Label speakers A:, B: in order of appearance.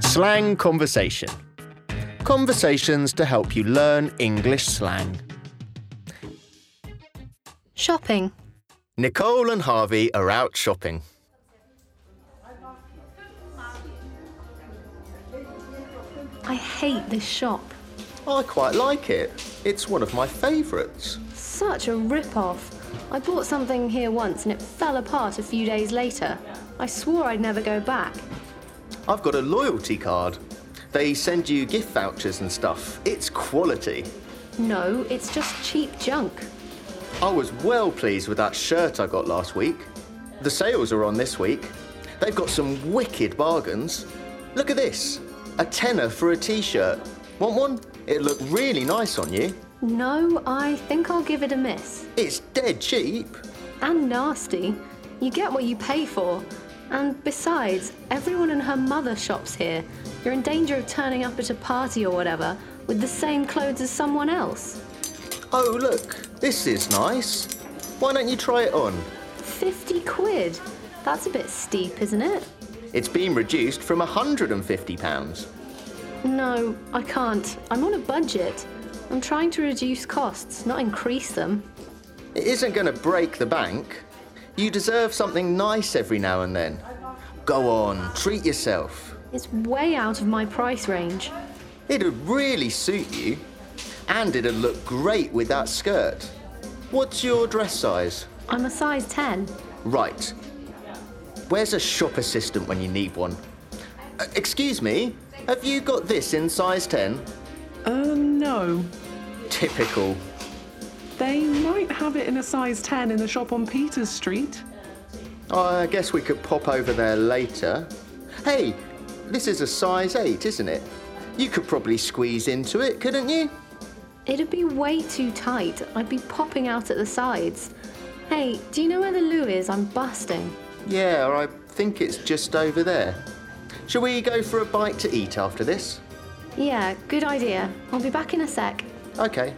A: Slang Conversation Conversations to help you learn English slang.
B: Shopping.
A: Nicole and Harvey are out shopping.
B: I hate this shop.
A: I quite like it. It's one of my favourites.
B: Such a rip-off. I bought something here once and it fell apart a few days later. I swore I'd never go back.
A: I've got a loyalty card. They send you gift vouchers and stuff. It's quality.
B: No, it's just cheap junk.
A: I was well pleased with that shirt I got last week. The sales are on this week. They've got some wicked bargains. Look at this a tenner for a t shirt. Want one? It'd look really nice on you.
B: No, I think I'll give it a miss.
A: It's dead cheap.
B: And nasty. You get what you pay for. And besides, everyone and her mother shops here. You're in danger of turning up at a party or whatever with the same clothes as someone else.
A: Oh, look, this is nice. Why don't you try it on?
B: 50 quid. That's a bit steep, isn't it?
A: It's been reduced from £150.
B: No, I can't. I'm on a budget. I'm trying to reduce costs, not increase them.
A: It isn't going to break the bank. You deserve something nice every now and then. Go on, treat yourself.
B: It's way out of my price range.
A: It'd really suit you. And it'd look great with that skirt. What's your dress size?
B: I'm a size 10.
A: Right. Where's a shop assistant when you need one? Uh, excuse me, have you got this in size 10?
C: Uh, no.
A: Typical.
C: They might have it in a size 10 in the shop on Peters Street.
A: Oh, I guess we could pop over there later. Hey, this is a size 8, isn't it? You could probably squeeze into it, couldn't you?
B: It'd be way too tight. I'd be popping out at the sides. Hey, do you know where the loo is? I'm busting.
A: Yeah, I think it's just over there. Shall we go for a bite to eat after this?
B: Yeah, good idea. I'll be back in a sec.
A: Okay,